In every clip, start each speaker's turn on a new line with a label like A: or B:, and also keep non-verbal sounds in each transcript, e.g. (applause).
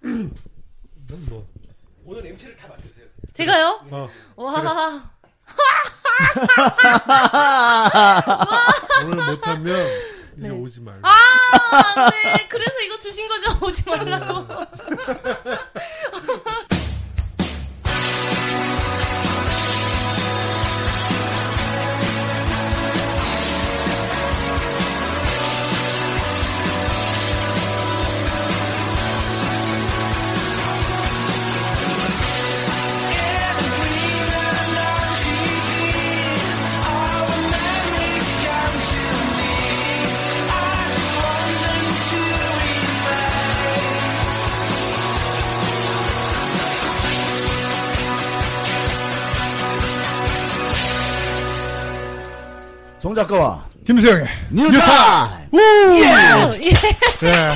A: 넌 뭐.
B: 오늘 MC를 다 만드세요.
C: 제가요?
D: 음.
A: 어.
C: 와.
A: 오늘 못하면 이제
C: 네.
A: 오지 말고.
C: 아, 안 돼. 그래서 이거 주신 거죠? (laughs) 오지
D: (laughs)
C: 말라고.
D: 송 작가와
A: 김수영의.
D: 뉴타.
A: 우!
C: 예.
A: 네.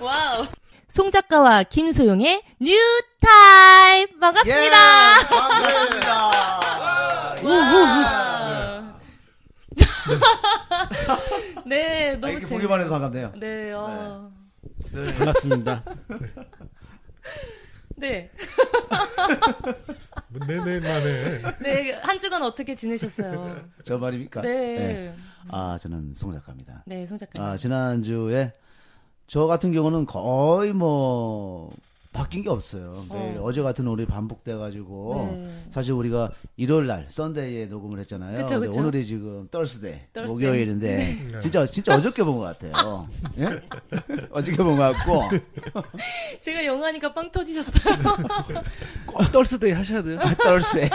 C: 와우. 송 작가와 김소영의 뉴 타임
D: 예.
C: 예, 반갑습니다.
D: 반갑습니다.
C: 와. 네, (laughs)
D: 아,
C: 너무
D: 이렇게
C: 재밌.
D: 보기만 해도 반갑네요.
C: 네, 어.
E: 반갑습니다.
C: (laughs) 네.
A: 뭐 내내만에.
C: 네, 한 주간 어떻게 지내셨어요?
D: 저 말입니까?
C: 네.
D: 아 저는 송 작가입니다.
C: 네, 송 작가님.
D: 아, 지난주에 저 같은 경우는 거의 뭐 바뀐 게 없어요. 매일
C: 어.
D: 어. 제 같은 오늘이 반복돼가지고
C: 네.
D: 사실 우리가 일요일 날 썬데이에 녹음을 했잖아요.
C: 그쵸,
D: 근데
C: 그쵸.
D: 오늘이 지금 떨스데이
C: Thursday.
D: 목요일인데
A: 네.
D: 진짜 진짜 어저께 본 것 같아요.
C: (laughs)
D: 예? 어저께 본 것 같고
C: 제가 영화니까 빵
E: (laughs)
C: 터지셨어요.
E: 꼭 떨스데이 하셔야 돼요.
D: (laughs) 떨스데이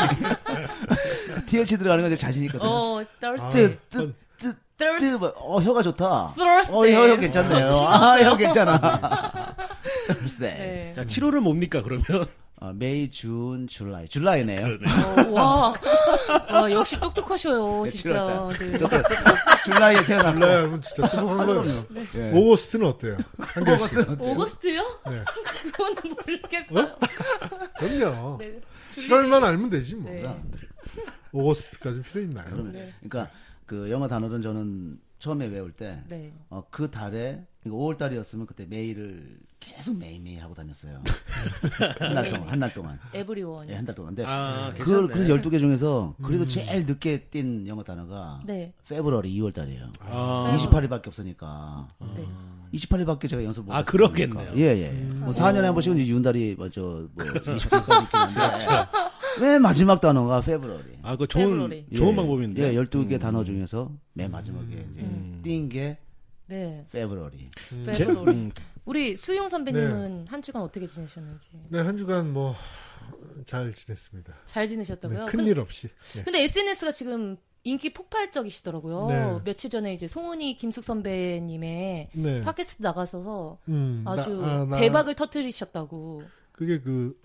D: TH 들어가는 건 이제 자신 있거든요.
C: 어,
A: 아,
D: 네.
C: Thursday.
D: 뜨뜨
C: Thursday.
D: 어 혀가 좋다. 어,
C: Thursday.
D: 혀, 혀
C: (laughs)
D: 괜찮네요. 아, (laughs) 혀 괜찮아. 떨스데이.
C: 네.
E: 자, 7월은 뭡니까, 그러면?
D: 어, 메이, 준, 줄라이. 줄라이네요.
C: 어, 와. 와, 역시 똑똑하셔요,
D: 네,
C: 진짜. 네.
D: 줄라이에 태어났고.
A: 몰라요, 여러분 진짜 똑똑한 거예요. 네.
C: 네.
D: 예.
A: 오거스트는 어때요? 한 개씩.
C: 오거스트요?
A: 네.
C: 그건 모르겠어요.
A: 그럼요.
C: 네.
A: 7월만 알면 되지 뭐.
C: 네.
A: 오거스트까지 필요 있나요?
D: 그럼요. 그러니까 그 영어 단어는 저는 처음에 외울 때,
C: 네.
D: 어, 그 달에, 그러니까 5월 달이었으면 그때 메이를 계속 메이메이 하고
E: (laughs)
D: 다녔어요. 한 달 동안, 한 달 동안.
C: 에브리원.
D: 예, 한 달 동안. 근데
E: 아,
D: 그,
E: 괜찮네. 음.
D: 그래서 12개 중에서 그래도 제일 늦게 뛴 영어 단어가
C: 네.
D: 페브러리 2월 달이에요.
E: 아,
D: 28일밖에 없으니까.
C: 네.
D: 28일밖에 제가 연습 못
E: 아,
D: 했으니까.
E: 그러겠네요.
D: 예, 예.
C: 음.
D: 뭐 4년에 한 번씩은 이제 윤달이, 뭐, 저, 뭐,
E: 그렇죠.
D: 20분까지 있긴
E: (laughs)
D: 한데. 왜 마지막 단어가 페브러리?
E: 아, 그거 좋은,
C: 페브러리.
E: 좋은 방법인데. 음.
D: 예, 12개 단어 중에서 맨 마지막에 이제 띈게
C: 네.
D: 페브러리.
E: 제-
C: 에브리원.
E: 음,
C: 우리 수용 선배님은 한 주간 어떻게 지내셨는지.
A: 네, 한 주간 뭐 잘 지냈습니다.
C: 잘
A: 네,
C: 지내셨다고요? 근-
A: 큰일 없이. 네.
C: 근데 SNS가 지금 인기 폭발적이시더라고요.
A: 네.
C: 며칠 전에 이제 송은이 김숙 선배님의
A: 네.
C: 팟캐스트 나가서
A: 음, 나-
C: 아주
A: 아, 나-
C: 대박을 터뜨리셨다고.
A: 그게 그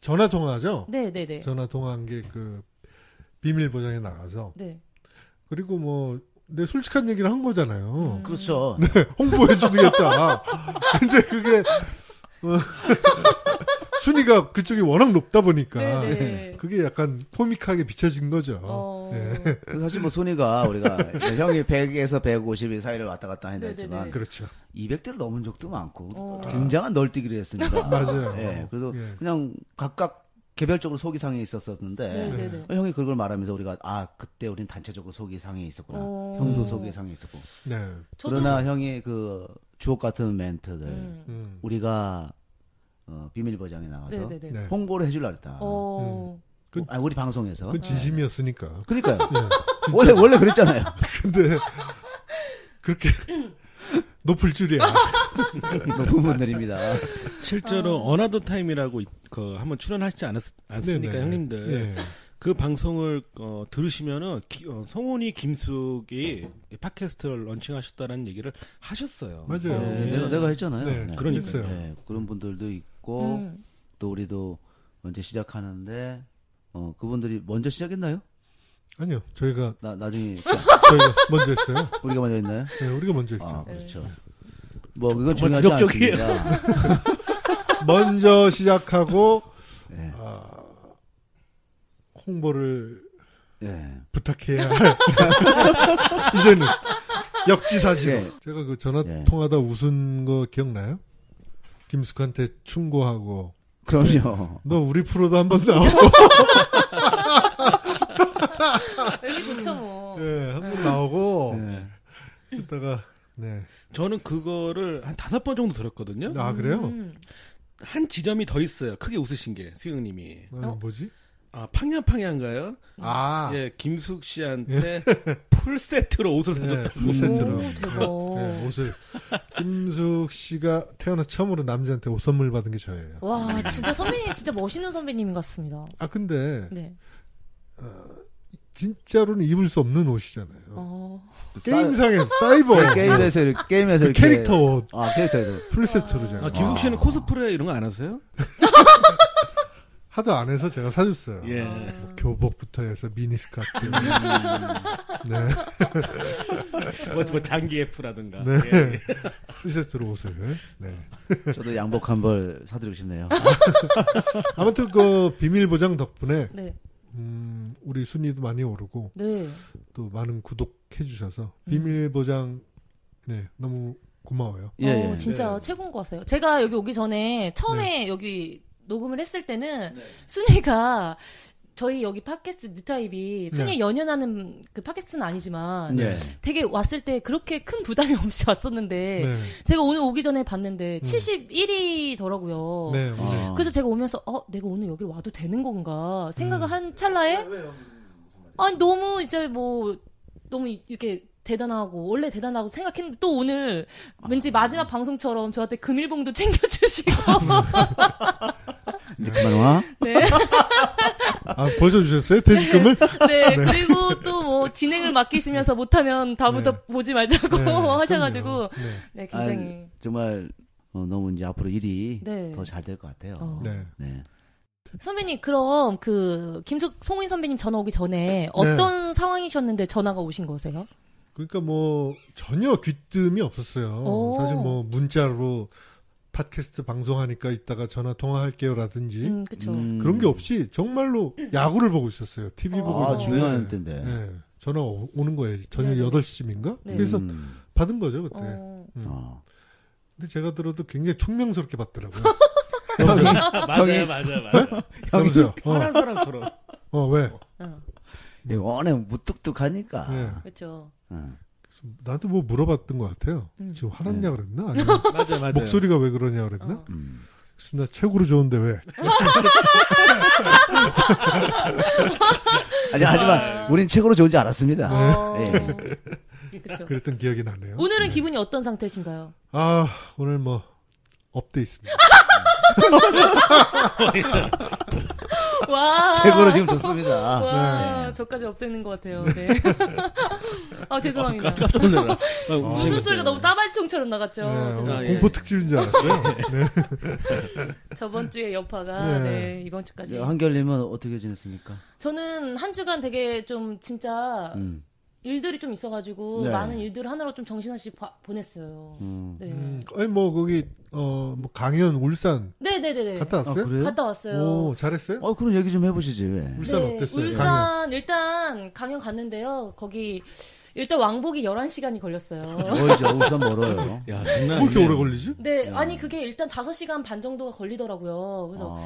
A: 전화 통화죠?
C: 네, 네, 네.
A: 전화 통화한 게 그 비밀 보장에 나가서
C: 네.
A: 그리고 뭐 내 솔직한 얘기를 한
C: 음.
A: 거잖아요. 그러니까
D: 그렇죠.
A: 홍보해 주겠다. (laughs) 근데 그게 어, (laughs) 순위가 그쪽이 워낙 높다 보니까
C: 네, 네.
A: 그게 네. 약간 코믹하게 비춰진 거죠.
C: 어.
D: 그래서 사실 뭐 손이가
E: (laughs)
D: 우리가 형이 100에서 150이 사이를 왔다 갔다
C: 네, 네,
D: 했지만
C: 네.
A: 그렇죠.
D: 200대를 넘은 적도 많고
C: 어.
D: 굉장한 널뛰기를
A: (laughs)
D: 했으니까.
A: 맞아요.
D: 예, 그래서
A: 예.
D: 그냥 각각 개별적으로 속이 상해 있었었는데
C: 네, 네, 네.
D: 어, 형이 그걸 말하면서 우리가 아 그때 우린 단체적으로 속이 상해 있었구나.
C: 어.
D: 형도
A: 음.
D: 속이 상해 있었고.
A: 네.
C: 저도
D: 그러나 형이 그 주옥 같은 멘트들
C: 음.
A: 음.
D: 우리가 어, 비밀 보장에 나가서 아.
C: 네, 네, 네.
A: 네.
D: 홍보를 해줄라 그랬다.
C: 어.
A: 그-
D: 아, 우리 방송에서.
A: 그건 네, 진심이었으니까. (laughs)
D: 그러니까요. 원래 원래 그랬잖아요. (laughs)
A: 근데 그렇게 높을
C: (laughs)
A: 줄이야.
D: 높은 분들입니다.
A: 네.
E: 실제로 어나더 타임이라고 이- 그 한번 출연하시지 않았, 않습니까,
A: 네네.
E: 형님들.
A: 네.
E: 그 방송을 어, 들으시면은 기- 어, 성훈이 김숙이 팟캐스트를 런칭하셨다는 얘기를 하셨어요.
A: 맞아요.
D: 네,
E: 네.
D: 내가 내가 했잖아요.
A: 네,
E: 그러니까요.
A: 했어요.
D: 네, 그런 분들도 있고
C: 음.
D: 또 우리도 언제 시작하는데 어, 그분들이 먼저 시작했나요?
A: 아니요, 저희가
D: 나 나중에
A: 저희가 먼저 했어요.
D: 우리가 먼저 했나요?
A: 네, 우리가 먼저 했죠.
D: 아 그렇죠. 뭐 그건
E: 정말
D: 중요하지
E: 지적적이에요.
D: 않습니다.
A: 먼저 시작하고
D: 네.
A: 아, 홍보를
D: 네.
A: 부탁해야 할 (laughs) 이제는 역지사지로
D: 네.
A: 제가 그 전화
D: 네.
A: 통하다 웃은 거 기억나요? 김숙한테 충고하고
D: 그럼요.
A: 너 우리 프로도 한 번 나와.
C: 여기 좋죠 뭐.
A: 네, 한 번 나오고
D: 네.
A: 그러다가 네.
E: 저는 그거를 한 다섯 번 정도 들었거든요.
A: 아 그래요?
C: 음.
E: 한 지점이 더 있어요. 크게 웃으신 게 수영님이
A: 아,
C: 어?
A: 뭐지?
E: 아 팡냥팡냥가요?
A: 아, 예.
E: 예, 김숙 씨한테 풀 세트로 옷을 사줬다.
A: 풀
C: 오,
A: 세트로.
C: 대박.
A: 그 네, 옷을 김숙 씨가 태어나서 처음으로 남자한테 옷 선물 받은 게 저예요.
C: 와 진짜 선배님 진짜 멋있는 선배님 같습니다.
A: 아 근데
C: 네.
A: 진짜로는 입을 수 없는 옷이잖아요.
C: 어.
A: 게임상에 사이버
D: 사- 그 게임에서 이렇게- 게임에서
A: 그
D: 이렇게
A: 캐릭터 옷
D: 아 캐릭터에서
A: 네. 풀세트로잖아요.
E: 아, 김숙 씨는 코스프레 이런 거 안 하세요?
A: 하도 안 해서 제가 사줬어요.
E: 예.
A: 뭐 교복부터 해서 미니스커트. (laughs)
D: 음,
A: 네.
E: 뭐, 뭐 장기 F라든가.
A: 네.
E: 예.
A: 풀세트로 옷을. 네.
D: 저도 양복 한 벌 사드리고 싶네요.
A: 아무튼 그 비밀 보장 덕분에
C: 네.
A: 음, 우리 순위도 많이 오르고
C: 네.
A: 또 많은 구독해 주셔서 비밀 보장 네, 너무 고마워요.
D: 예,
C: 어,
D: 예.
C: 진짜
A: 네.
C: 최고인 것 같아요. 제가 여기 오기 전에 처음에 여기 녹음을 했을 때는
D: 네.
C: 순이가 저희 여기 팟캐스트 뉴타입이 순이
A: 네.
C: 연연하는 그 팟캐스트는 아니지만
D: 네.
C: 되게 왔을 때 그렇게 큰 부담이 (laughs) 없이 왔었는데
A: 네.
C: 제가 오늘 오기 전에 봤는데
A: 음.
C: 71위더라고요.
A: 네. 오늘
D: 아.
C: 그래서 제가 오면서 어 내가 오늘 여기 와도 되는 건가
A: 음.
C: 생각을 한 찰나에 아니 너무 이제 뭐 너무 이렇게 대단하고 원래 대단하고 생각했는데 또 오늘
A: 아.
C: 왠지 마지막 방송처럼 저한테 금일봉도
A: (laughs)
C: (laughs) 챙겨주시고
D: 이제 그만 와.
C: 네,
A: 아, 보여 주셨어요? 퇴직금을?
C: 네 그리고 또 뭐 진행을 맡기시면서 못하면 다음부터
A: 네.
C: 보지 말자고
A: 네,
C: (laughs) 하셔가지고
A: 그럼요. 네.
C: 네 굉장히
D: 정말 어, 너무 이제 앞으로 일이
C: 네.
D: 더 잘 될 것 같아요.
C: 어.
A: 네.
D: 네.
C: 선배님 그럼 그 김숙 송인 선배님 전화 오기 전에 어떤 상황이셨는데 전화가 오신 거세요?
A: 그러니까 뭐 전혀 귀뜸이 없었어요.
C: 오.
A: 사실 뭐 문자로 팟캐스트 방송하니까 이따가 전화 통화할게요라든지
C: 음 그쵸.
D: 음.
A: 그런 게 없이 정말로 야구를 보고 있었어요. TV 보고
D: 아,
A: 있는데.
D: 중요한 때인데.
A: 네, 전화 오- 오는 거예요. 저녁
C: 네네.
A: 8시쯤인가?
C: 네.
A: 그래서
D: 음.
A: 받은 거죠, 그때.
C: 어.
A: 음.
D: 어.
A: 근데 제가 들어도 굉장히 총명스럽게
C: (laughs)
A: 받더라고요.
E: 맞아요, 맞아요, 맞아요.
A: 여보세요?
E: 화난 사람처럼.
A: 어, 어, 왜?
C: 어,
D: 이게 워낙 무뚝뚝하니까.
A: 음. 네.
C: 그렇죠.
D: 어.
A: 그래서 나도 뭐 물어봤던 것 같아요.
C: 음.
A: 지금 화났냐
E: (laughs)
A: 그랬나? 아니면
E: 네. 맞아요, 맞아요.
A: 목소리가 왜 그러냐 그랬나?
C: 어.
D: 음.
A: 그래서 나 최고로 좋은데 왜?
D: 아니, 하지만 우린 책으로 좋은지 알았습니다.
A: 네.
C: 어.
D: 예.
C: 그렇죠.
A: 그랬던 기억이 나네요.
C: 오늘은
A: 네.
C: 기분이 어떤 상태신가요?
A: 아, 오늘 뭐 업돼 있습니다.
C: (laughs) 아, 와.
D: 책으로 지금 좋습니다.
C: 아.
D: 네.
C: 와, 저까지 업되는 것 같아요. 네. (laughs) 아, 죄송합니다.
E: 깜짝 놀라.
C: 웃음소리가 너무 따발총처럼 나갔죠.
A: 네,
C: 죄송-
A: 오늘
E: 아, 예.
A: 공포 특집인 줄 알았어요.
C: 저번 주에
A: 네.
C: 여파가 네. 이번 주까지.
D: 저 한결님은 어떻게 지냈습니까?
C: 저는 한 주간 되게 좀 진짜
D: 음.
C: 일들이 좀 있어가지고
D: 네.
C: 많은 일들을 하느라 좀 정신없이 바- 보냈어요.
D: 음.
C: 네.
A: 음, 아니 뭐 거기 어뭐 강연 울산
C: 네, 네, 네, 네.
A: 갔다
D: 아,
A: 왔어요?
D: 그래요?
C: 갔다 왔어요. 네,
A: 오, 잘했어요?
D: 어, 그럼 얘기 좀 해보시지. 왜?
A: 울산 어땠어요?
C: 울산
A: 강연.
C: 일단 강연 갔는데요. 거기 일단 왕복이 11시간이 걸렸어요.
D: 뭐 멀죠. 울산 멀어요.
E: 야, 장난
A: 왜
E: 아니네.
A: 이렇게 오래 걸리지?
C: 네, 아니 그게 일단 5시간 반 정도가 걸리더라고요. 그래서
D: 아,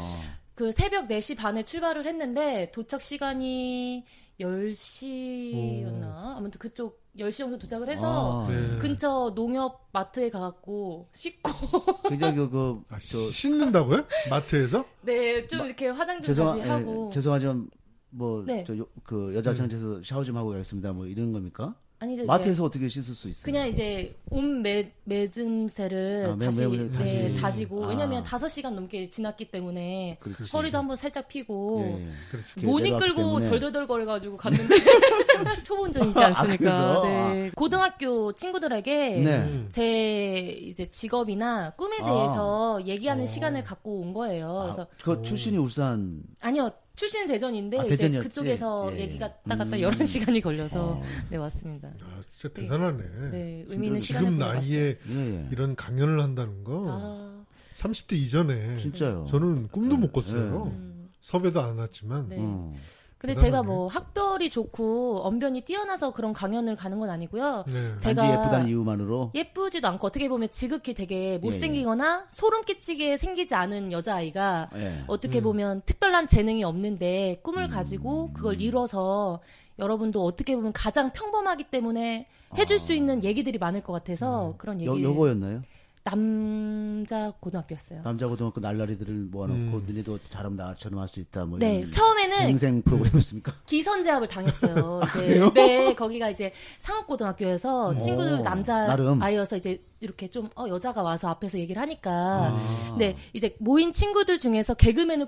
C: 그 새벽 4시 반에 출발을 했는데 도착 시간이 10시였나? 아무튼 그쪽 10시 정도 도착을 해서
D: 아,
A: 네.
C: 근처 농협 마트에 가갖고 씻고
D: 굉장히 그, 그
A: 아,
D: 저,
A: 씻는다고요? 마트에서?
C: 네, 좀 이렇게 화장 좀
D: 죄송하,
C: 다시 하고
D: 예, 죄송하지만 뭐,
C: 네.
D: 저, 요- 그 여자창에서 샤워 좀 하고 가겠습니다. 뭐 이런 겁니까?
C: 아니죠. 이제
D: 마트에서 어떻게 씻을 수 있어요?
C: 그냥 이제 온 매, 매즘새를
D: 아, 매-
C: 다시,
D: 매음을
C: 네,
D: 다시.
C: 다지고
D: 아.
C: 왜냐면 5시간 넘게 지났기 때문에
D: 그렇지.
C: 허리도 한번 살짝 피고
D: 그렇죠. 예, 예.
A: 그렇지.
D: 이렇게
C: 못
D: 내려왔기
C: 이끌고
D: 때문에.
C: 덜덜덜거려가지고 갔는데 (laughs) 초본전이지 않습니까?
D: 아, 그래서?
C: 네. 고등학교 친구들에게
D: 네.
A: 음.
C: 제 이제 직업이나 꿈에
D: 아.
C: 대해서 얘기하는
A: 어.
C: 시간을 갖고 온 거예요.
D: 아,
C: 그래서
D: 그 출신이 울산.
C: 아니요 출신 은 대전인데
D: 아,
C: 이제
D: 대전이었지.
C: 그쪽에서
D: 예, 예.
C: 얘기가 왔다 갔다
D: 음.
C: 여러 시간이 걸려서
D: 어.
C: 네 왔습니다.
A: 아, 진짜 대단하네. 그
C: 네 의미 있는 시간을
A: 지금
C: 보내봤어요.
A: 나이에 어,
D: 예, 예.
A: 이런 강연을 한다는 거
C: 아,
A: 30대 이전에
D: 진짜요.
A: 저는 꿈도 못
D: 네.
A: 꿨어요.
D: 네.
C: 음,
A: 섭외도 안 왔지만
C: 네.
D: 어.
C: 근데
A: 대단하네.
C: 제가 뭐 학별이 좋고 언변이 뛰어나서 그런 강연을 가는 건 아니고요.
A: 네.
C: 제- 제가-
D: 단지 예쁘다는 이유만으로
C: 예쁘지도 않고 어떻게 보면 지극히
A: 예,
C: 되게 못생기거나 소름 끼치게 생기지 않은 여자아이가
D: 예.
C: 어떻게
A: 음.
C: 보면 특별한 재능이 없는데 꿈을 가지고 그걸 이뤄서 여러분도 어떻게 보면 가장 평범하기 때문에 해줄
D: 아.
C: 수 있는 얘기들이 많을 것
A: 음.
C: 같아서 그런 얘기
D: 여, 요거였나요?
C: 남자
A: 아,
C: 고등학교였어요.
D: 남자 고등학교 날라리들을 모아놓고
A: 음.
D: 너네도 잘하면 나처럼 할 수 있다 뭐
C: 네,
D: 이런
C: 처음에는
D: 인생 프로그램이었습니까?
C: 기선제압을
D: (laughs)
C: 당했어요.
D: 아,
C: 이제 네, 거기가 이제 상업고등학교여서 친구들
D: 오,
C: 남자
D: 어. 나름.
C: 아이여서 이제 이렇게 좀 어, 여자가 와서 앞에서 얘기를 하니까
D: 아.
C: 네 이제 모인 친구들 중에서 개그맨을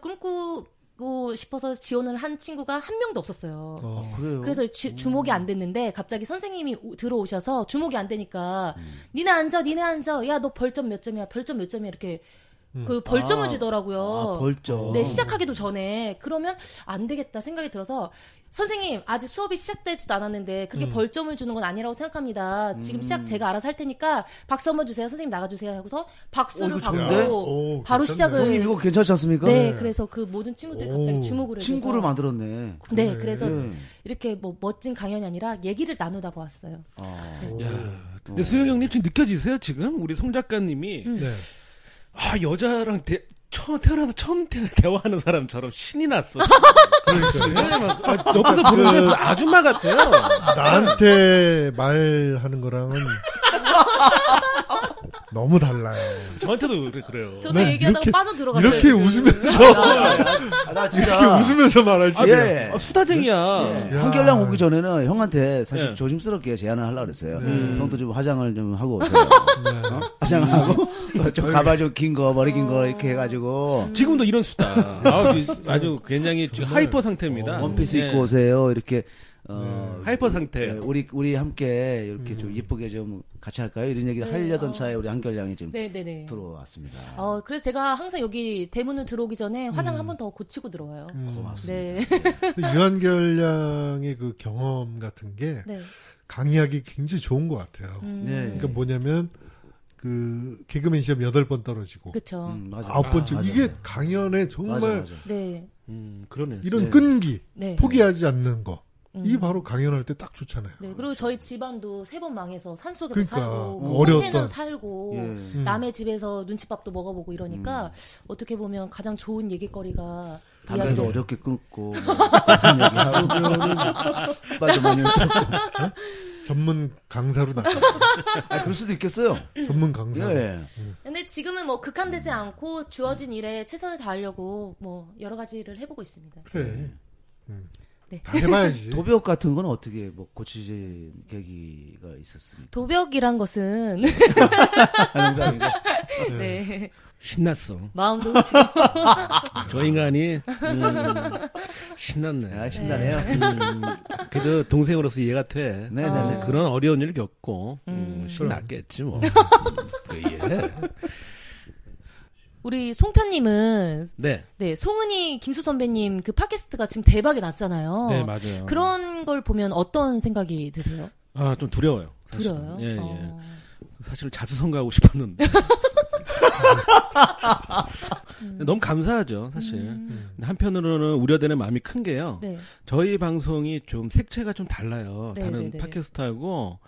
C: 꿈꾸고 싶어서 지원을 한 친구가 한 명도 없었어요.
A: 어.
D: 아, 그래요. 음.
C: 그래서 주, 주목이 안 됐는데 갑자기 선생님이 오- 들어오셔서 주목이 안 되니까
D: 음.
C: 니네 앉아 니네 앉아 야 너 벌점 몇 점이야 벌점 몇 점이야 이렇게
A: 음.
C: 그 벌점을
D: 아,
C: 주더라고요.
D: 아, 벌점.
C: 네, 시작하기도 전에 그러면 안 되겠다 생각이 들어서 선생님 아직 수업이 시작되지도 않았는데 그게
A: 음.
C: 벌점을 주는 건 아니라고 생각합니다. 지금
D: 음.
C: 시작 제가 알아서 할 테니까 박수 한번 주세요. 선생님 나가주세요 하고서 박수를
D: 어, 이거 좋은데?
C: 받고
A: 오,
C: 바로
A: 괜찮네.
C: 시작을-
D: 형님 이거 괜찮지 않습니까? 예.
C: 네 그래서 그 모든 친구들이 갑자기
A: 오,
C: 주목을 해서
D: 친구를 만들었네.
C: 네
A: 그래.
C: 그래서
D: 네.
C: 이렇게 뭐 멋진 강연이 아니라 얘기를 나누다가 왔어요.
D: 아.
A: 오.
E: 야, 근데 수영 형님 지금 느껴지세요? 지금 우리 송 작가님이
C: 음.
A: 네.
E: 아 여자랑 대, 처음 태어나서 처음 태, 대화하는 사람처럼 신이 났어.
A: 그러니까
E: 아, 옆에서 보는데 무슨 아줌마 같아요.
A: 그 나한테 말하는 거랑은 너무 달라요.
E: 저한테도 그래, 그래요.
C: 저도
D: 네,
A: 난
C: 얘기하다가
A: 이렇게-
C: 빠져 들어갔어요.
A: 이렇게
C: 지금.
A: 웃으면서
D: 아, 나 진짜
A: 이렇게 네. 웃으면서 말할
D: 아,
A: 줄이야.
D: 예.
E: 아, 수다쟁이야.
D: 예.
A: 야.
D: 한결랑 오기 전에는 형한테 사실
E: 예.
D: 조심스럽게 제안을 하려고 그랬어요.
A: 예.
E: 음.
D: 형도 좀 화장을 좀
A: (laughs)
D: 하고 오세요.
A: 네.
D: 어? 화장하고
A: 음.
D: (laughs) 좀 가발 좀 긴 거, 머리 긴 거 이렇게 해가지고
E: 네. 지금도 이런 수다. 아, 아주 굉장히 지금 하이퍼
A: 아.
E: 상태입니다.
D: 원피스
E: 예.
D: 입고 오세요. 이렇게 어,
E: 하이퍼 상태.
D: 네, 우리 우리 함께 이렇게
A: 음.
D: 좀 예쁘게 좀 같이 할까요? 이런 얘기
C: 네,
D: 하려던
C: 어.
D: 차에 우리 한결양이 지금
C: 네네네.
D: 들어왔습니다.
C: 어 그래서 제가 항상 여기 대문을 들어오기 전에
D: 음.
C: 화장 한 번 더 고치고 들어와요.
A: 음.
D: 고맙습니다.
C: 네.
A: 근데 유한결 양의 그 경험 같은 게
C: (laughs) 네.
A: 강의하기 굉장히 좋은 것 같아요.
C: 음.
D: 네.
A: 그러니까 뭐냐면 그 개그맨 시험 여덟 번 떨어지고
C: 그쵸.
D: 음, 맞아.
A: 아홉 번째
D: 아, 맞아.
A: 이게 강연에 정말
D: 맞아, 맞아.
C: 네.
E: 음, 그러네.
A: 이런
D: 네.
A: 끈기
C: 네.
A: 포기하지 않는 거
C: 음.
A: 이게 바로 강연할 때 딱 좋잖아요.
C: 네. 그리고 저희 집안도 세 번 망해서
A: 그러니까,
C: 산속에서 살고,
A: 그
C: 뭐
A: 어려웠던-
C: 호텔에서 살고,
D: 예.
A: 음.
C: 남의 집에서 눈칫밥도 먹어보고 이러니까
E: 음.
C: 어떻게 보면 가장 좋은 얘기거리가
D: 담배도
C: 이야기를-
D: 어렵게 끊고 뭐 이런 얘기하고
A: (laughs)
D: 빨리 많이 끊고.
A: 전문 강사로 나가.
D: 아, 그럴 수도 있겠어요.
C: 음.
A: 전문 강사. 로
E: 네.
D: 예.
C: 근데 지금은 뭐 극한되지 않고 주어진 일에 최선을 다하려고 뭐 여러 가지를 해보고 있습니다.
A: 그래.
C: 네.
A: 음. 다 해봐야지.
D: (laughs) 도벽 같은 건 어떻게 뭐 고치신 계기가 있었습니까?
C: 도벽이란 것은
E: 그러니까
C: (laughs) 네.
E: 신났어.
C: 마음도 지금 (laughs)
E: 저 인간이 음, 신났네.
D: 아, 신나네요.
E: 음, 그래도 동생으로서 이해가 돼.
D: 네, 네, 네.
E: 그런 어려운 일 겪고 음, 신났겠지 (laughs) 뭐. 그 이해.
C: 우리 송편님은
E: 네,
C: 네 송은이 김수 선배님 그 팟캐스트가 지금 대박이 났잖아요.
E: 네 맞아요.
C: 어, 그런 걸 보면 어떤 생각이 드세요?
E: 아, 좀 두려워요. 사실은.
C: 두려워요?
E: 예, 예.
C: 어.
E: 사실 자수성가하고
C: (laughs)
E: 싶었는데. (laughs) 너무 감사하죠, 사실.
C: 음.
E: 근데 한편으로는 우려되는 마음이 큰 게요.
C: 네.
E: 저희 방송이 좀 색채가 좀 달라요.
C: 네,
E: 다른
C: 네, 네.
E: 팟캐스트하고.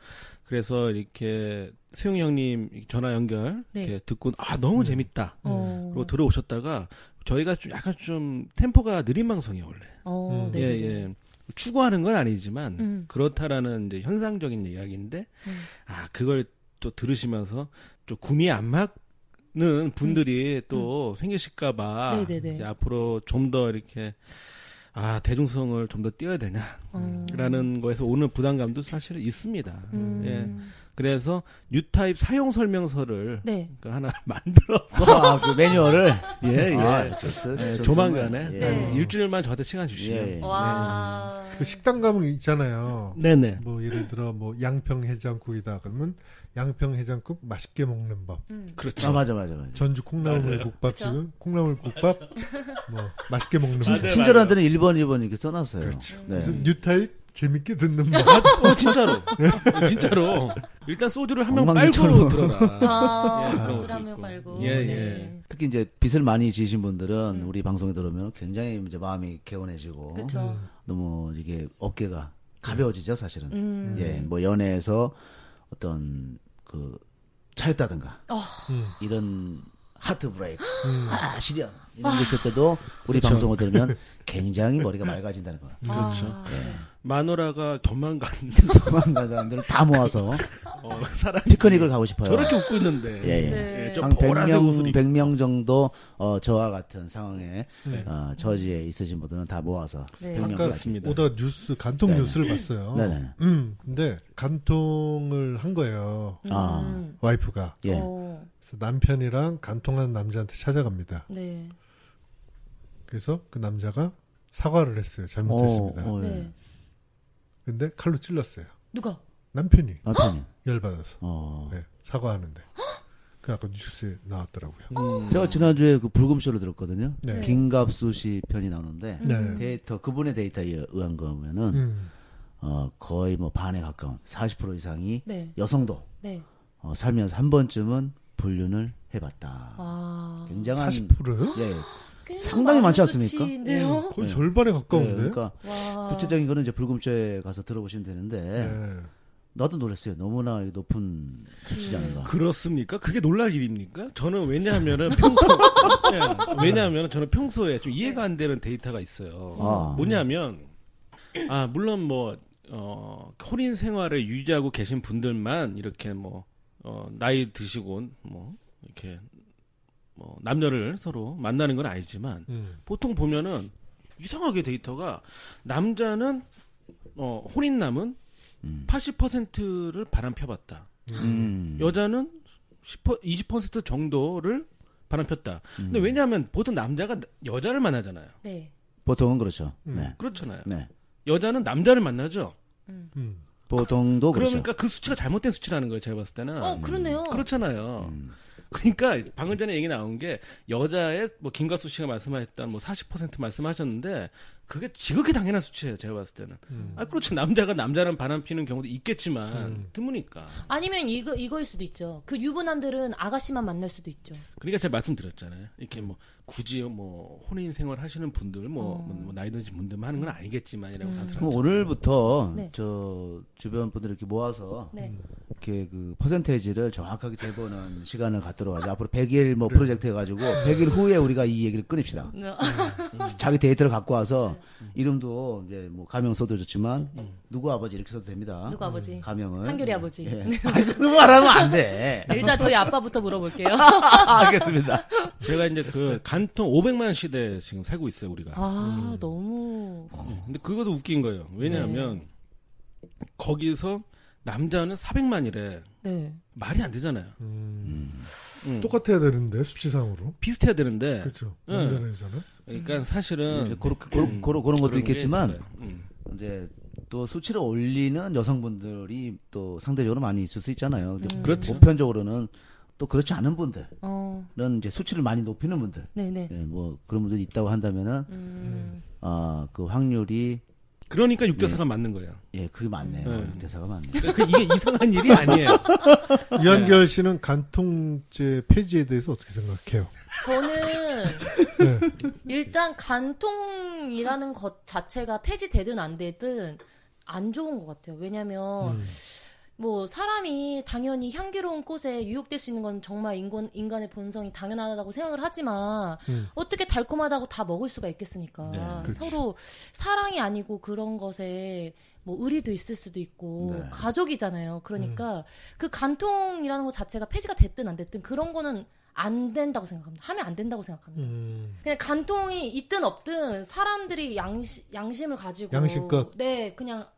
E: 그래서 이렇게 수영 형님 전화 연결
C: 네. 음.
E: 이렇게 듣고 아 너무 재밌다.
C: 어.
E: 그리고 들어오셨다가 저희가 좀 약간 좀 템포가 느린 방송이에요 원래.
C: 어,
A: 음.
C: 네.
E: 예, 예. 추구하는 건 아니지만
C: 음.
E: 그렇다라는 이제 현상적인 이야기인데
C: 음.
E: 아 그걸 또 들으시면서 좀 구미 안 맞는 분들이 또 생기실까봐
C: 네, 네, 네.
E: 이제 앞으로 좀 더 이렇게 아 대중성을 좀 더 띄워야 되냐라는
C: 어.
E: 거에서 오는 부담감도 사실 있습니다.
C: 음.
E: 예. 그래서 뉴타입 사용 설명서를
C: 네.
E: 그러니까 하나 (laughs) 만들어서
D: 아, 그 매뉴얼을
E: 예, 예.
D: 아, 좋습-
E: 예,
D: 좋습니다.
E: 조만간에
D: 예.
E: 한 일주일만 저한테 시간 주시면
D: 예.
C: 와.
A: 그 식당 가면 있잖아요.
E: 네네
A: 뭐 예를 들어 뭐 양평 해장국이다 그러면 양평 해장국 맛있게 먹는 법.
C: 음.
E: 그렇죠.
D: 아, 맞아, 맞아, 맞아.
A: 전주 콩나물 국밥 지금 콩나물 국밥 뭐 맛있게 먹는 법.
E: 맞아요. 그렇죠.
D: 친절한 데는 1번, 2번 이렇게 써놨어요. 네.
A: 그래서 뉴타입 재밌게 듣는 맛.
E: 아, 어, 진짜로. (laughs) 어, 진짜로. 일단 소주를 한 명 빨고
D: 엉망진창으로.
E: 들어라. 예,
C: 아,
E: 그런
C: 소주
E: 것도
C: 한명
E: 있고.
C: 말고. 네.
E: 예, 예.
D: 특히 이제 빚을 많이 지신 분들은
C: 음.
D: 우리 방송에 들어오면 굉장히 이제 마음이 개운해지고
C: 그렇죠.
D: 너무 이게 어깨가 가벼워지죠 사실은.
C: 음.
D: 예, 뭐 연애에서 어떤 그 차였다든가
C: 어.
D: 이런 하트 브레이크,
E: 음.
D: 아 시련 이런 게 있을 때도 우리 방송을 들으면 굉장히 머리가 맑아진다는 거야.
E: 그렇죠.
C: 아,
D: (laughs)
E: 마누라가 도망간
D: 도망간 사람들을 다 모아서
E: 어,
D: (laughs)
E: 사람이
D: 피크닉을 가고 싶어요.
E: 저렇게 웃고 있는데.
D: 예, 예.
C: 네.
E: 좀
D: 한
E: 보라색 옷을
D: 100명,
E: 입고.
D: 100명 정도 어, 저와 같은 상황에
A: 네.
D: 어, 처지에 있으신 분들은 다 모아서
C: 네.
D: 100명까지.
E: 반갑습니다.
A: 오다 뉴스 간통
D: 네네.
A: 뉴스를 봤어요.
D: 네네.
A: 음, 근데 간통을 한 거예요.
D: 아.
C: 음.
A: 와이프가.
D: 예.
C: 어,
A: 그래서 남편이랑 간통한 남자한테 찾아갑니다.
C: 네.
A: 그래서 그 남자가 사과를 했어요. 잘못했습니다.
D: 어, 어, 예.
C: 네.
A: 근데 칼로 찔렀어요.
C: 누가?
A: 남편이
D: 남편이.
A: 열받아서
D: 어.
A: 네,
C: (gasps)
A: 사과하는데. 그 아까 뉴스에 나왔더라고요.
E: 음.
D: 제가 지난주에 그 불금쇼를 들었거든요.
A: 네.
D: 김갑수 씨 편이 나오는데
C: 음.
A: 네.
D: 데이터 그분의 데이터에 의한 거면은
A: 음.
D: 어, 거의 뭐 반에 가까운 40% 이상이
C: 네.
D: 여성도
C: 네.
D: 어, 살면서 한 번쯤은 불륜을 해봤다.
C: 아.
D: 굉장한
A: 40%요? 음,
D: 예,
C: 꽤나
D: 상당히
C: 많은
D: 많지 않습니까?
C: 수치인데요?
A: 거의
D: 네.
A: 절반에 가까운데.
D: 그러니까
C: 와.
D: 구체적인 거는 이제 불금죄 가서 들어보시면 되는데
A: 네.
D: 나도 놀랐어요. 너무나 높은 수치지 않은가.
E: 그렇습니까? 그게 놀랄 일입니까? 저는 왜냐하면은 평소 (laughs) 예, 왜냐하면 저는 평소에 좀 이해가 안 되는 데이터가 있어요.
D: 아.
E: 뭐냐면 아 물론 뭐 어, 혼인 생활을 유지하고 계신 분들만 이렇게 뭐 어, 나이 드시고 뭐 이렇게 뭐 남녀를 서로 만나는 건 아니지만
A: 음.
E: 보통 보면은 이상하게 데이터가 남자는 어, 혼인남은
D: 음.
E: 80%를 바람 펴봤다.
D: 음.
E: 여자는 10% 20% 정도를 바람폈다. 근데
D: 음.
E: 왜냐하면 보통 남자가 나- 여자를 만나잖아요.
C: 네.
D: 보통은 그렇죠.
A: 음.
D: 네.
E: 그렇잖아요.
D: 네.
E: 여자는 남자를 만나죠.
A: 음.
D: 보통도 그렇죠.
E: 그러니까 그 수치가 잘못된 수치라는 거예요. 제가 봤을 때는.
C: 어, 그러네요.
E: 아, 음. 그렇죠. 그렇잖아요. 그러니까 방금 전에 얘기 나온 게 여자의 뭐 김가수 씨가 말씀하셨던 뭐 40% 말씀하셨는데 그게 지극히 당연한 수치예요. 제가 봤을 때는.
C: 음.
E: 아 그렇죠. 남자가 남자랑 바람피는 경우도 있겠지만 드무니까.
C: 아니면 이거 이거일 수도 있죠. 그 유부남들은 아가씨만 만날 수도 있죠.
E: 그러니까 제가 말씀드렸잖아요. 이렇게 뭐 굳이 뭐 혼인 생활 하시는 분들 뭐, 뭐, 뭐 나이 드신 분들만 하는 건 아니겠지만이라고
C: 음.
D: 그럼
E: 단순하게
D: 오늘부터
C: 그렇죠. 네.
D: 저 주변 분들 이렇게 모아서
C: 네.
D: 이렇게 그 퍼센테이지를 정확하게 재보는 (laughs) 시간을 갖도록 하자. 앞으로 100일 뭐 프로젝트 해가지고 100일 후에 우리가 이 얘기를 끊읍시다.
C: 네.
D: 음. 자기 데이터를 갖고 와서 이름도 이제 뭐 가명 써도 좋지만 누구 아버지 이렇게 써도 됩니다.
C: 네. 누구 아버지?
D: 가명은
C: 한결이 아버지. 음.
D: 예. 음. 아니, 그 말하면 안
C: (laughs)
D: 돼. 아,
C: 일단 저희 아빠부터 물어볼게요.
D: 알겠습니다.
E: 제가 이제 그 간통 500만 시대 지금 살고 있어요 우리가.
C: 아, 너무
E: 네. 근데 그것도 웃긴 거예요. 왜냐하면 거기서 남자는 400만이래
C: 네.
E: 말이 안 되잖아요. 음.
A: 똑같아야 되는데
D: 네.
A: 수치상으로.
E: 비슷해야 되는데
A: 그렇죠.
E: 예.
A: 남자나 여자는.
E: 그러니까 사실은
D: 그렇게 그런 그런 네. 그런 것도
E: 음, 그런 게
D: 있겠지만
E: 있어요. 음.
D: 이제 또 수치를 올리는 여성분들이 또 상대적으로 많이 있을 수 있잖아요.
C: 음.
D: 근데
E: 그렇죠.
D: 보편적으로는 또 그렇지 않은 분들.
C: 어.
D: 는 이제 수치를 많이 높이는 분들,
C: 네, 음, 네.
D: 예, 뭐 그런 분들이 있다고 한다면은 아, 그 확률이
E: 그러니까 6대 4가 맞는 거예요.
D: 예 그게 맞네요.
E: 네.
D: 대사가 맞네.
E: 그러니까 이게 (laughs) 이상한 일이 아니에요.
A: 이한결 씨는 간통죄 폐지에 대해서 어떻게 생각해요?
C: 저는
A: 네.
C: 일단 간통이라는 것 자체가 폐지되든 안 되든 안 좋은 것 같아요. 왜냐면
A: 음.
C: 뭐 사람이 당연히 향기로운 꽃에 유혹될 수 있는 건 정말 인간 인간의 본성이 당연하다고 생각을 하지만
A: 음. 네, 그렇죠.
C: 어떻게 달콤하다고 다 먹을 수가 있겠습니까?
A: 그렇지.
C: 서로 사랑이 아니고 그런 것에 뭐 의리도 있을 수도 있고
D: 네.
C: 가족이잖아요.
A: 음.
C: 그러니까 그 간통이라는 것 자체가 폐지가 됐든 안 됐든 그런 거는 안 된다고 생각합니다. 하면 안 된다고 생각합니다.
A: 음.
C: 그냥 간통이 있든 없든 사람들이 양심 양심을 가지고
A: 양심껏.
C: 네 그냥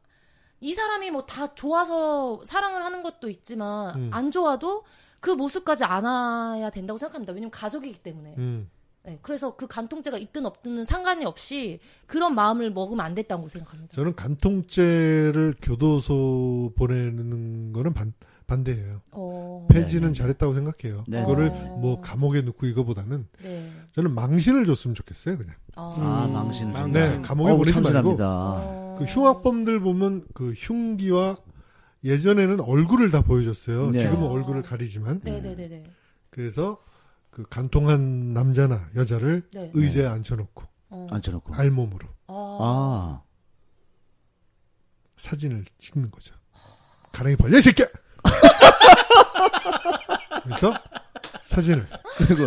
C: 이 사람이 뭐 다 좋아서 사랑을 하는 것도 있지만
A: 음.
C: 안 좋아도 그 모습까지 안아야 된다고 생각합니다. 왜냐면 가족이기 때문에.
A: 음.
C: 네, 그래서 그 간통죄가 있든 없든 상관이 없이 그런 마음을 먹으면 안 됐다고 생각합니다.
A: 저는 간통죄를 교도소 보내는 거는 반, 반대예요.
C: 어,
A: 폐지는 잘했다고 생각해요.
D: 네.
A: 그거를
C: 어.
A: 뭐 감옥에 넣고 이거보다는
C: 네.
A: 저는 망신을 줬으면 좋겠어요, 그냥.
C: 어.
D: 아 망신. 아.
E: 망신.
A: 네, 감옥에
D: 어우,
A: 보내지 말고
D: 참신합니다.
C: 어.
A: 그 흉악범들 보면 그 흉기와 예전에는 얼굴을 다 보여줬어요.
D: 네.
A: 지금은
C: 아.
A: 얼굴을 가리지만
C: 네네네네.
A: 그래서 그 간통한 남자나 여자를
C: 네.
A: 의자에 앉혀놓고
C: 어.
D: 앉혀놓고.
A: 알몸으로
C: 아.
D: 아.
A: 사진을 찍는 거죠. 가랑이 벌려 이 새끼야. (laughs) 그래서 사진을
D: 네. 그리고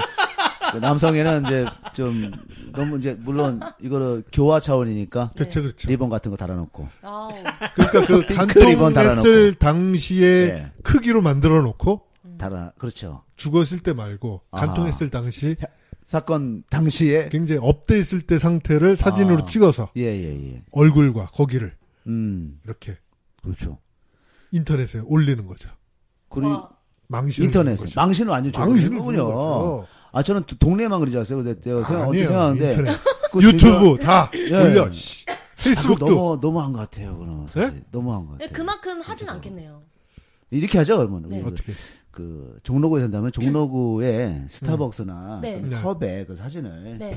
D: 그 남성에는 이제 좀 너무 이제 물론 이거를 교화 차원이니까
A: 그렇죠 그렇죠.
D: 리본 같은 거 달아놓고
C: 아우.
A: 그러니까 그
D: 리본
A: 간통했을
D: 달아놓고.
A: 당시에
D: 예.
A: 크기로 만들어 놓고
D: 달아 그렇죠.
A: 죽었을 때 말고
D: 아하.
A: 간통했을 당시
D: 사건 당시에
A: 굉장히 업돼 있을 때 상태를 사진으로
D: 아.
A: 찍어서
D: 예예예.
A: 얼굴과 거기를
D: 음
A: 이렇게
D: 그렇죠.
A: 인터넷에 올리는 거죠.
D: 그리고
C: 와.
A: 망신
D: 인터넷에 망신을 완전 주는
A: 망신을 주는
D: 거군요.
A: 거죠.
D: 아 저는 또 동네망 그러지 않았어요. 근데 내가 생각, 어떻게
A: 아니에요.
D: 생각하는데
A: 인터넷.
D: 그거
A: 유튜브 다
D: 예.
A: 올려. 씨.
D: 진짜- 아, 그거
A: 페이스북도
D: 너무 너무한 것 같아요. 그는 사실
A: 예?
D: 너무한 것 같아요.
C: 네, 그만큼 하진 않겠네요.
D: 이렇게 하죠 그러면
C: 네.
D: 우리 그-
A: 어떻게?
D: 그 종로구에 산다면 종로구에 스타벅스나
C: 네.
D: 그
A: 네.
D: 컵에 그 사진을
C: 네.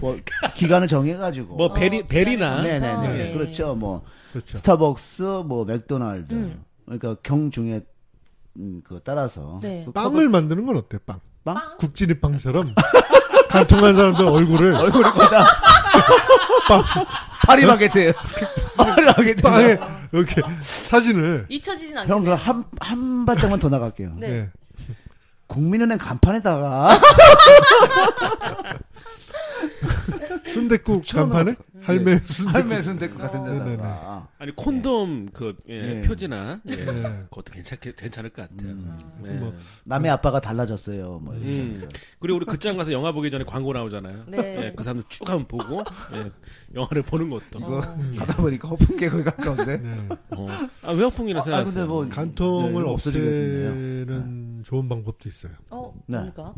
D: 뭐 기간을 정해가지고
E: 뭐 베리
C: 어,
E: 베리나
C: 네.
D: 네네네
A: 네.
D: 그렇죠 뭐
A: 그렇죠.
D: 스타벅스 뭐 맥도날드
C: 음.
D: 그러니까 경 중에 음, 그 따라서
C: 네.
D: 그
A: 빵을 만드는 건 어때? 빵.
C: 빵?
A: 국진이 빵처럼 (laughs) 간통한 사람들 얼굴을
D: 얼굴을 거다 아, 파리바게트 파리바게트
A: 빵에 이렇게 사진을
C: 잊혀지진 않겠네요.
D: 형 그럼 한한 발짝만 더 나갈게요
C: 네.
A: 예.
D: 국민은행 간판에다가
A: 순대국 간판에 할매 순대국.
D: 예. 할매 순대국 같은
A: 네네네.
D: 데다가
E: 아니 콘돔 그 예,
D: 예.
E: 표지나 예,
A: 예.
E: 그것도 괜찮게 괜찮을 것 같아요. 예.
A: 뭐.
D: 남의 아빠가 달라졌어요 뭐 이렇게
E: 음.
D: 해서.
E: 그리고 우리 극장 가서 영화 보기 전에 광고 나오잖아요.
C: 네.
E: 예, 그 사람들 쭉 한번 보고 예, 영화를 보는 것도.
D: 이거 가다 보니까 허풍 개그에 가까운데
A: 네.
E: 어. 아, 왜 허풍이라
D: 아, 아,
E: 생각했어요?
D: 근데 뭐
A: 간통을
D: 네,
A: 없애는 좋은 방법도 있어요.
C: 어,
D: 네.
C: 뭡니까?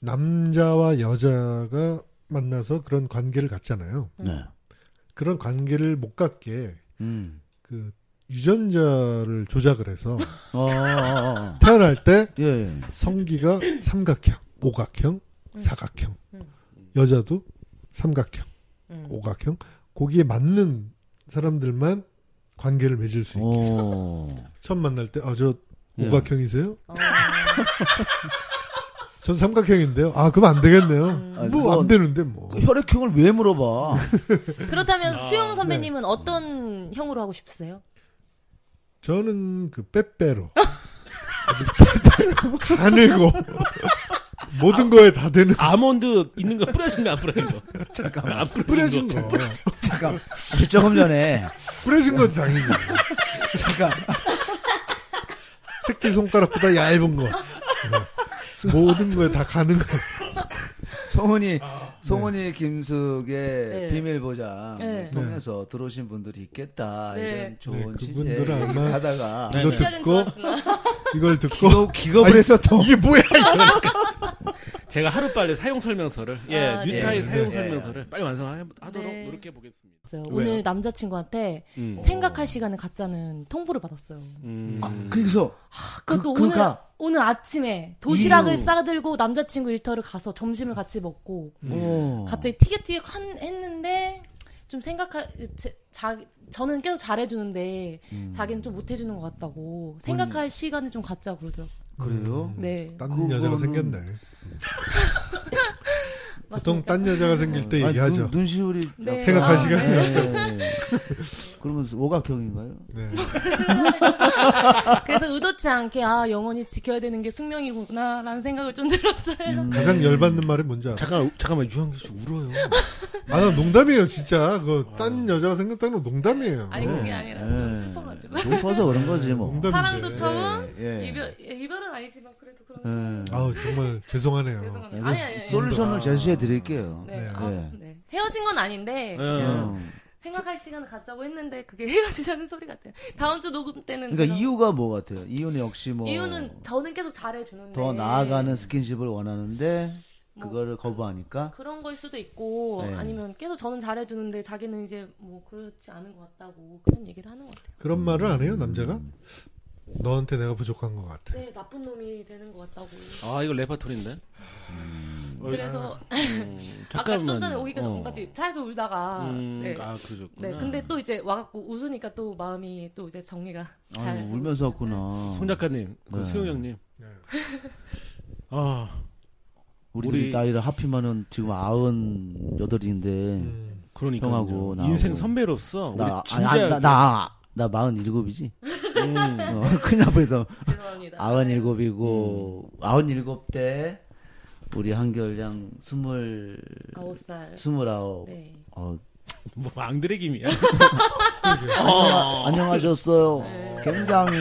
A: 남자와 여자가 만나서 그런 관계를 갖잖아요.
D: 네.
A: 그런 관계를 못 갖게
D: 음.
A: 그 유전자를 조작을 해서
D: 어, 어, 어. 어.
A: 태어날 때
D: 예, 예.
A: 성기가 삼각형, 오각형, 사각형,
C: 음.
A: 여자도 삼각형,
C: 음.
A: 오각형, 거기에 맞는 사람들만 관계를 맺을 수 있게.
D: 오.
A: 처음 만날 때, 아, 저
E: 예.
A: 오각형이세요?
C: 어,
A: (laughs) 전 삼각형인데요. 아, 그럼 안 되겠네요.
E: 음.
D: 아니,
A: 뭐,
D: 그건-
A: 안 되는데, 뭐.
D: 그 혈액형을 왜 물어봐?
C: 그렇다면
E: 아, 네.
C: 수영 선배님은 어떤 형으로 하고 싶으세요?
A: 저는 그
E: (laughs)
A: 빼빼로. 아주 빼빼로. 가늘고.
E: 아.
A: 모든 거에 다 되는.
E: 아몬드 있는 거 뿌려진 거 안 뿌려진 거.
D: (laughs) 잠깐만.
E: 안 뿌려진
A: 뿌려진
E: 거.
A: 거.
D: 잠깐. 아니, 조금 전에
A: 예. 뿌려진 건 당연히.
D: 잠깐.
A: 새끼 손가락보다 얇은 거. 네. 모든 거에 다 가는 거.
D: 송은이 송은이 김숙의
C: 네.
D: 비밀 보장
C: 네.
D: 통해서 들어오신 분들이 있겠다
C: 네.
D: 이런 좋은
A: 네,
D: 취지에
A: 그분들은 아마
D: 하다가
E: 네.
A: 이거
C: 시작은
A: 듣고,
C: 좋았으나.
A: 이걸 듣고.
D: 기겁, 기겁을 해서 또
A: 이게 뭐야,
E: 제가 하루 빨리 사용 설명서를 예,
C: 아, 네.
E: 뉴타의
D: 네.
E: 사용
D: 네.
E: 설명서를 빨리 완성하도록
C: 네.
E: 노력해 보겠습니다.
C: 있어요.
E: 왜요?
C: 오늘 남자친구한테
E: 음.
C: 생각할 시간을 갖자는 통보를 받았어요.
E: 음.
D: 아, 그래서
C: 아, 그것도
D: 그-
C: 오늘
D: 그가-
C: 오늘 아침에 도시락을
D: 이유.
C: 싸들고 남자친구 일터를 가서 점심을 같이 먹고
D: 음.
A: 어.
D: 오.
C: 갑자기 티격태격 한, 했는데 좀 생각하 제- 자 저는 계속 잘해주는데
D: 음.
C: 자기는 좀 못해주는 것 같다고 생각할 시간을 좀 갖자 그러더라고. 요
A: 음.
D: 그래요?
E: 음.
C: 네,
A: 딴 여자가
D: 그거는-
A: 생겼네. 보통
C: 맞습니까?
A: 딴 여자가 생길 때
D: 아니,
A: 얘기하죠.
D: 눈, 눈시울이
C: 네.
D: 약간-
A: 생각할
C: 아,
A: 시간이
C: 네.
D: 네. (laughs) 그러면 오각형인가요?
A: 네.
C: 그래서 의도치 않게 아 영원히 지켜야 되는 게 숙명이구나라는 생각을 좀 들었어요.
D: 음,
A: 가장 열받는 말이 뭔지 알아?
E: 잠깐 잠깐만 유한기 씨 울어요.
A: 아, 나 농담이에요, 진짜. 그,
D: 아.
A: 딴 여자가 생겼다는 건 농담이에요.
C: (laughs) 아니 그게 아니라 좀
D: 네.
C: 슬퍼가지고
D: 높아서 그런 거지 뭐.
A: 농담인데.
C: 사랑도 처음
D: 예.
C: 이별 이별은 아니지만 그래도 그런 거
D: 예.
A: 아우, 정말 죄송하네요.
C: 죄송합니다.
D: 이거
C: 아니 아니 아니.
D: 솔루션을 제시해 드릴게요.
C: 네.
A: 네.
C: 아,
D: 네.
C: 네. 헤어진 건 아닌데 그냥
D: 어.
C: 생각할 시간을 갖자고 했는데 그게 (laughs) 헤어지자는 소리 같아요. 다음 주 녹음 때는
D: 그러니까
C: 제가-
D: 이유가 뭐 같아요? 이유는 역시 뭐
C: 이유는 저는 계속 잘해 주는데
D: 더 나아가는 스킨십을 원하는데
C: 네. 뭐
D: 그거를 거부하니까
C: 그런 걸 수도 있고
D: 네.
C: 아니면 계속 저는 잘해 주는데 자기는 이제 뭐 그렇지 않은 것 같다고 그런 얘기를 하는 것 같아요.
A: 그런 말을 안 해요, 남자가?
D: 음.
A: 너한테 내가 부족한 것 같아.
C: 네 나쁜 놈이 되는 것 같다고.
E: 아 이거 레파토리인데.
C: 그래서
E: 음,
C: (laughs) 아까 좀 전에
E: 잠깐만요.
C: 오기 전에
E: 어.
C: 까지 차에서 울다가
E: 음,
C: 네.
E: 아 그러셨구나.
C: 네, 근데 또 이제 와갖고 웃으니까 또 마음이 또 이제 정리가 잘.
D: 아유, 울면서 왔구나.
E: 손 작가님, 그
D: 네.
E: 수용 형님.
A: 네.
E: (laughs) 아
D: 우리
E: 우리-
D: 나이를 하필이면은 지금 아흔 여덟인데
A: 음.
E: 그러니까
D: 형하고 나하고.
E: 인생 선배로서 우리
D: 나
E: 진짜
D: 아니, 나, 나, 나 마흔 일곱이지.
E: 음,
D: 어, (laughs) 큰일 날 뻔해서
C: 죄송합니다.
D: 아흔 일곱이고
E: 음.
D: 아흔 일곱 때 우리 한결양 스물
C: 아홉 살.
D: 스물아홉.
C: 네.
D: 어,
E: 뭐 망들의 김이야. (laughs) 아.
D: 안녕하셨어요.
C: 네. (laughs)
D: 굉장히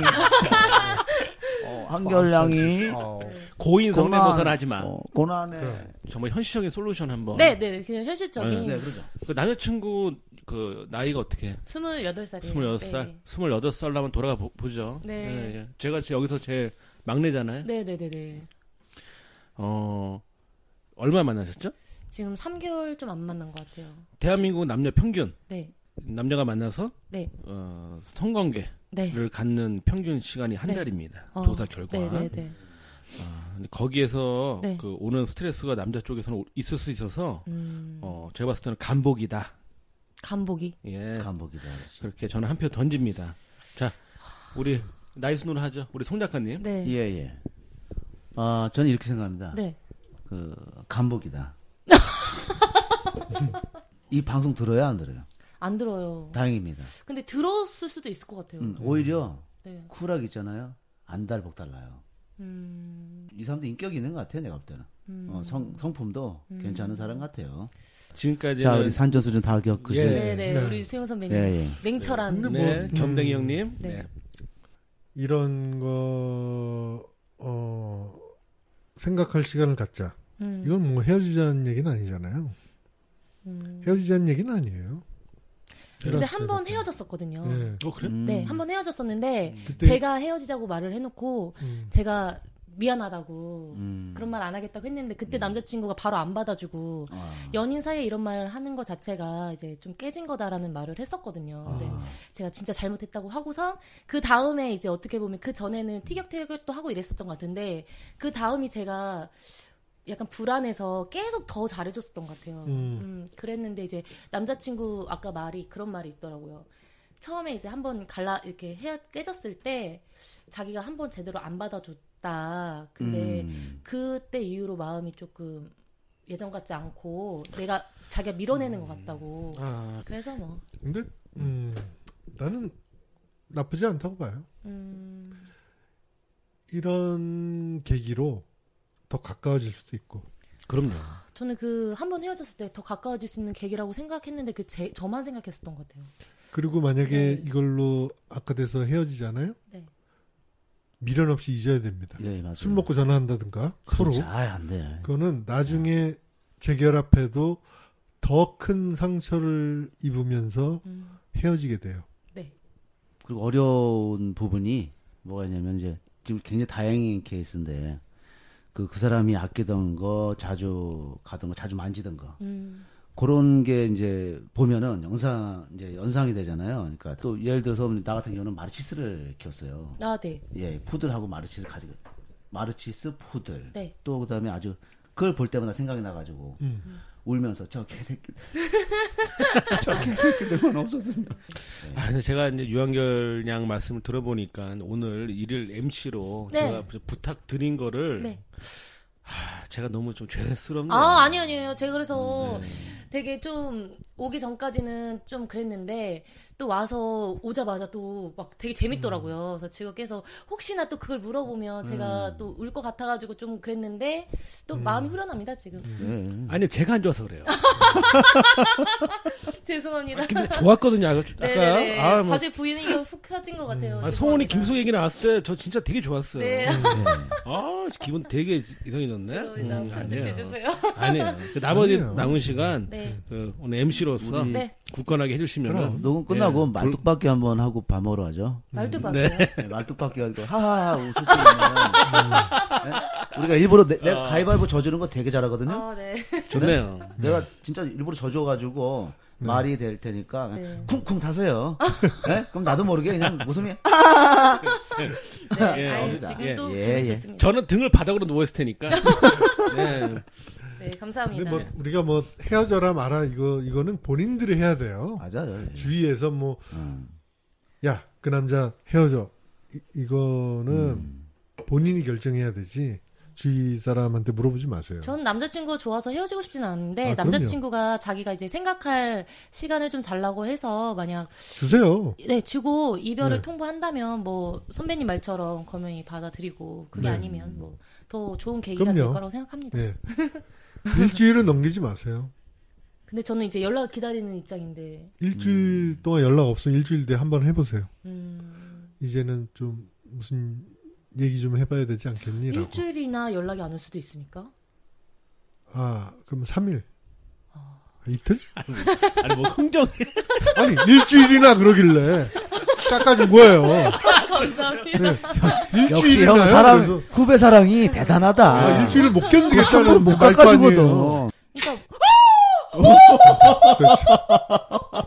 D: 어,
E: 아,
D: 한결양이
A: 어.
E: 고인 그 성대모사를
D: 고난-
E: 하지 마.
D: 어, 고난에
A: 그래.
E: 정말 현실적인 솔루션 한번.
C: 네, 네, 그냥 현실적인.
D: 네, 그러죠.
E: 그 남자친구 그 나이가 어떻게? 해?
C: 28살이에요.
E: 28살? 28살 로 한번 돌아가 보, 죠
C: 예,
E: 예,
C: 네.
E: 제가 지- 여기서 제일 막내잖아요.
C: 네, 네, 네, 네.
E: 어, 얼마 만나셨죠?
C: 지금 3개월 좀 안 만난 것 같아요.
E: 대한민국 남녀 평균.
C: 네.
E: 남녀가 만나서
C: 네.
E: 어, 성관계를
C: 네.
E: 갖는 평균 시간이 한
C: 네.
E: 달입니다.
C: 어,
E: 조사 결과.
C: 네, 네, 네.
E: 아, 근데 거기에서
C: 네.
E: 그 오는 스트레스가 남자 쪽에서는 오- 있을 수 있어서
C: 음.
E: 어, 제가 봤을 때는 간복이다.
C: 간보기.
E: 예.
D: 간복이다.
E: 그렇게 저는 한 표 던집니다. 자, 우리 나이순으로 하죠. 우리 송 작가님.
C: 네.
D: 예, 예. 아, 저는 이렇게 생각합니다.
C: 네.
D: 그 간복이다.
C: (laughs)
D: 이 방송 들어야 안 들어요.
C: 안 들어요.
D: 다행입니다.
C: 근데 들었을 수도 있을 것 같아요.
D: 음, 오히려
C: 네.
D: 쿨하게 있잖아요. 안달복 달라요.
C: 음.
D: 이 사람도 인격이 있는 것 같아요. 내가 볼 때는.
C: 음.
D: 어, 성, 성품도 괜찮은 사람 같아요. 자, 우리
E: 지금까지는
D: 산전수전 다 겪으신.
E: 예.
C: 네, 네.
A: 네.
C: 우리 수영 선배님.
D: 예, 예.
C: 냉철한.
A: 근데
E: 네,
A: 뭐,
E: 겸댕이
A: 음,
E: 형님.
C: 네.
E: 네.
A: 이런 거 어, 생각할 시간을 갖자.
C: 음.
A: 이건 뭐 헤어지자는 얘기는 아니잖아요.
C: 음.
A: 헤어지자는 얘기는 아니에요.
C: 근데 한 번 헤어졌었거든요. 네,
A: 네.
E: 어 그래?
D: 음.
C: 한 번 헤어졌었는데
A: 그때
C: 제가 헤어지자고 말을 해놓고
A: 음,
C: 제가 미안하다고
D: 음.
C: 그런 말 안 하겠다고 했는데 그때 남자친구가 바로 안 받아주고
D: 아.
C: 연인 사이에 이런 말을 하는 것 자체가 이제 좀 깨진 거다라는 말을 했었거든요. 근데
D: 아.
C: 제가 진짜 잘못했다고 하고선 그 다음에 이제 어떻게 보면 그 전에는 티격태격을 또 하고 이랬었던 것 같은데 그 다음이 제가 약간 불안해서 계속 더 잘해줬었던 것 같아요.
A: 음.
C: 음, 그랬는데 이제 남자친구 아까 말이 그런 말이 있더라고요. 처음에 이제 한번 갈라 이렇게 헤 깨졌을 때 자기가 한 번 제대로 안 받아줬다. 근데
D: 음.
C: 그때 이후로 마음이 조금 예전 같지 않고 내가 자기가 밀어내는 것
A: 음.
C: 같다고.
E: 아,
C: 그래서 뭐
A: 근데 음, 나는 나쁘지 않다고 봐요.
C: 음,
A: 이런 계기로 더 가까워질 수도 있고.
E: 그럼요.
A: 아,
C: 저는 그 한 번 헤어졌을 때 더 가까워질 수 있는 계기라고 생각했는데 그 제, 저만 생각했었던 것 같아요.
A: 그리고 만약에
C: 네.
A: 이걸로 악화돼서 헤어지잖아요.
C: 네.
A: 미련 없이 잊어야 됩니다.
D: 예, 맞아요. 그렇죠. 네.
A: 술 먹고 전화한다든가 서로.
D: 그렇지. 아예 안 돼.
A: 그거는 나중에
D: 네.
A: 재결합해도 더 큰 상처를 입으면서
C: 음,
A: 헤어지게 돼요.
C: 네.
D: 그리고 어려운 부분이 뭐가 있냐면 이제 지금 굉장히 다행인 케이스인데 그 그 사람이 아끼던 거 자주 가던 거 자주 만지던 거
C: 음,
D: 그런 게 이제 보면은 영상 이제 연상이 되잖아요. 그러니까 또 예를 들어서 나 같은 경우는 마르치스를 키웠어요.
C: 아, 네.
D: 예, 푸들하고 마르치스를 가지고 마르치스 푸들
C: 네.
D: 또 그다음에 아주 그걸 볼 때마다 생각이 나가지고
A: 음.
D: 울면서 저 개새끼 (laughs) 저 개새끼들만 없었으면
A: 네.
E: 아, 근데 제가 이제 유한결 양 말씀을 들어보니까 오늘 일일 MC로
C: 네.
E: 제가 부- 부탁드린 거를
C: 네.
E: 아, 제가 너무 좀 죄스럽네요.
C: 아, 아니요, 아니요. 제가 그래서 되게 좀 오기 전까지는 좀 그랬는데 또 와서 오자마자 또 막 되게 재밌더라고요. 그래서 제가 계속 혹시나 또 그걸 물어보면 제가 또 울 것 같아가지고 좀 그랬는데 또 마음이 후련합니다, 지금.
D: 예.
E: 아니요, 제가 안 좋아서 그래요.
C: (laughs)
E: 아,
C: 죄송합니다.
E: 근데 좋았거든요. 아까
C: 네. 네네네.
E: 아, 뭐,
C: 갑자기 부인이 훅 켜진 것 같아요.
E: 아, 송원이
C: 죄송합니다.
E: 김숙 얘기 나왔을 때 저 진짜 되게 좋았어요. 음.
C: 네.
E: 아, 기분 되게 이상해졌네. 음,
C: 죄송합니다. 편집해주세요.
E: 아니에요. 그 나머지
A: 아니에요.
E: 남은 시간
C: 네.
E: 그 오늘 MC로서
D: 우리-
C: 네.
E: 굳건하게 해주시면
D: 녹음 끝나고
A: 예.
D: 말뚝박기 한번 하고 밥 먹으러 가죠.
C: 말도 봐.
E: 네.
D: 네, 말뚝박기 가지고 하하하 웃으시면 예? 우리가 일부러 내,
A: 어.
D: 가 가위바위보 져주는 거 되게 잘하거든요.
C: 아, 네.
E: 좋네요.
D: 내가 진짜 일부러 져줘가지고
A: 네.
D: 말이 될 테니까
C: 네.
D: 쿵쿵 타세요. 네? 그럼 나도 모르게 그냥 웃음이
C: 네.
E: 예,
C: 아유,
E: 알겠습니다.
C: 네, 지금도
D: 예, 예.
C: 좋습니다.
E: 저는 등을 바닥으로 누워 있을 테니까. 네.
C: 네,
A: 근데
C: 감사합니다.
A: 뭐 우리가 뭐 헤어져라 마라 이거 이거는 본인들이 해야 돼요.
D: 맞아요. 예.
A: 주위에서 뭐 야 그
D: 음.
A: 남자 헤어져 이, 거는
D: 음.
A: 본인이 결정해야 되지 주위 사람한테 물어보지 마세요.
C: 전 남자친구 좋아서 헤어지고 싶진 않은데
A: 아, 그럼요.
C: 남자친구가 자기가 이제 생각할 시간을 좀 달라고 해서 만약
A: 주세요.
C: 네 주고 이별을
A: 네.
C: 통보한다면 뭐 선배님 말처럼 검영이 받아들이고 그게
A: 네.
C: 아니면 뭐 더 좋은 계기가
A: 그럼요.
C: 될 거라고 생각합니다.
A: 예. 일주일은 넘기지 마세요.
C: 근데 저는 이제 연락 기다리는 입장인데
A: 일주일
D: 음.
A: 동안 연락 없으면 일주일 뒤에 한번 해보세요.
C: 음,
A: 이제는 좀 무슨 얘기 좀 해봐야 되지 않겠니라고.
C: 일주일이나 연락이 안 올 수도
A: (laughs)
C: 있습니까? (laughs)
A: 아 그럼 3일.
C: 아.
A: 아, 이틀?
E: 아니 뭐 흥정
A: 아니 일주일이나 그러길래 깎아준 거예요.
C: 감사합니다.
A: 네.
D: 역시 형
A: 일주일이나요?
D: 사랑
A: 그래서
D: 후배 사랑이 대단하다.
A: 아, 일주일을 못
D: 한번
A: 견디겠다는
D: 못
A: 말도
D: 깎아주거든.
A: 아니에요. 그렇죠.
C: 그러니까
A: 그렇지.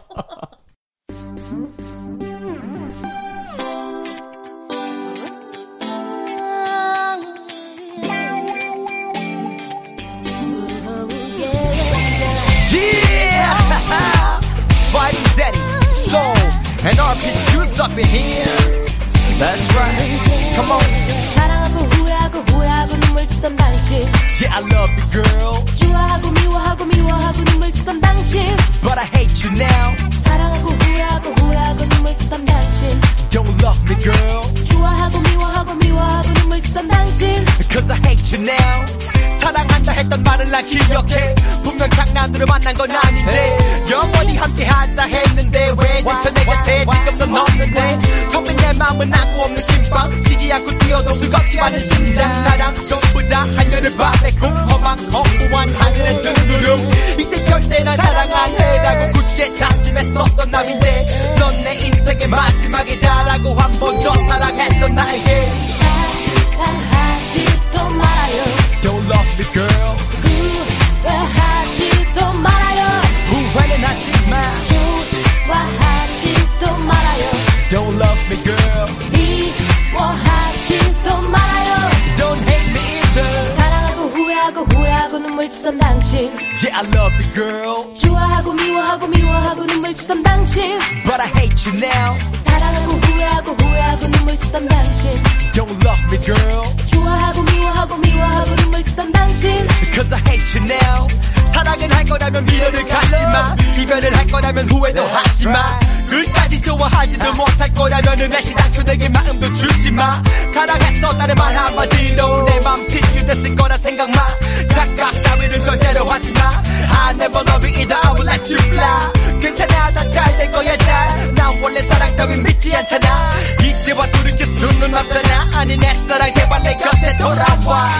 F: Yeah! (laughs) Fighting Daddy, Soul, and RPQ's up in here. That's right. Come on.
G: 사랑하고 후회하고 후회하고 눈물 짓던 당신
F: Yeah, I love you, girl,
G: 좋아하고 미워하고 미워하고 눈물 짓던 당신
F: but I hate you now.
G: 사랑하고 후회하고 후회하고 눈물 짓던 당신
F: Don't love me, girl,
G: 좋아하고 미워하고 미워하고 눈물 짓던 당신
F: cause I hate you now. 사랑한다 했던 말을 난 기억해. 분명 장난으로 만난 건 아닌데. 영원히 함께 하자 했는데. 왜 대체 내 곁에 지금 넌 없는데. 텅빈 내 마음은 아무 없는 김밥. 쉬지 않고 뛰어도 뜨겁지 않은 심장. 사랑 전부 다 하늘을 바랬고. 험한 허무한 하늘의 등구름. 이제 절대 난 사랑 안 해라고 굳게 다짐했었던 남인데. 넌 내 인생의 마지막이다라고 한 번 더 사랑했던 나에게.
G: 사랑하지도 말아요
F: Don't love me, girl.
G: 후회하지도 말아요
F: 후회는 하지 마.
G: 좋아하지도 말아요
F: Don't love me, girl.
G: 미워하지도 말아요
F: Don't hate me either.
G: 사랑하고 후회하고 후회하고 눈물 짓던 당신
F: Yeah, I love you, girl.
G: 좋아하고 미워하고 미워하고 눈물 짓던 당신
F: But I hate you now.
G: 사랑하고 후회하고 후회하고 눈물 짓던 당신
F: Don't love me, girl.
G: 좋아하고 미워하고 미워하고 눈물 짓던 당신
F: Cause I hate you now. 사랑은 할 거라면 미련을 갖지 마. 이별을 할 거라면 후회도 하지 마. 끝까지 좋아하지도 못할 거라면은 다시 낙초되게 마음도 주지 마. 사랑했어, 다른 말 한마디로 내맘 치유됐을 거라 생각 마. 착각 따위를 절대로 하지 마. I never love you either, I will let you fly. 괜찮아, 다 잘 될 거야, 잘. 나 원래 사랑 따윈 믿지 그 않잖아. 이제와 돌이킬 수는 없잖아. 아니, 내 사랑 제발 내 곁에 돌아와.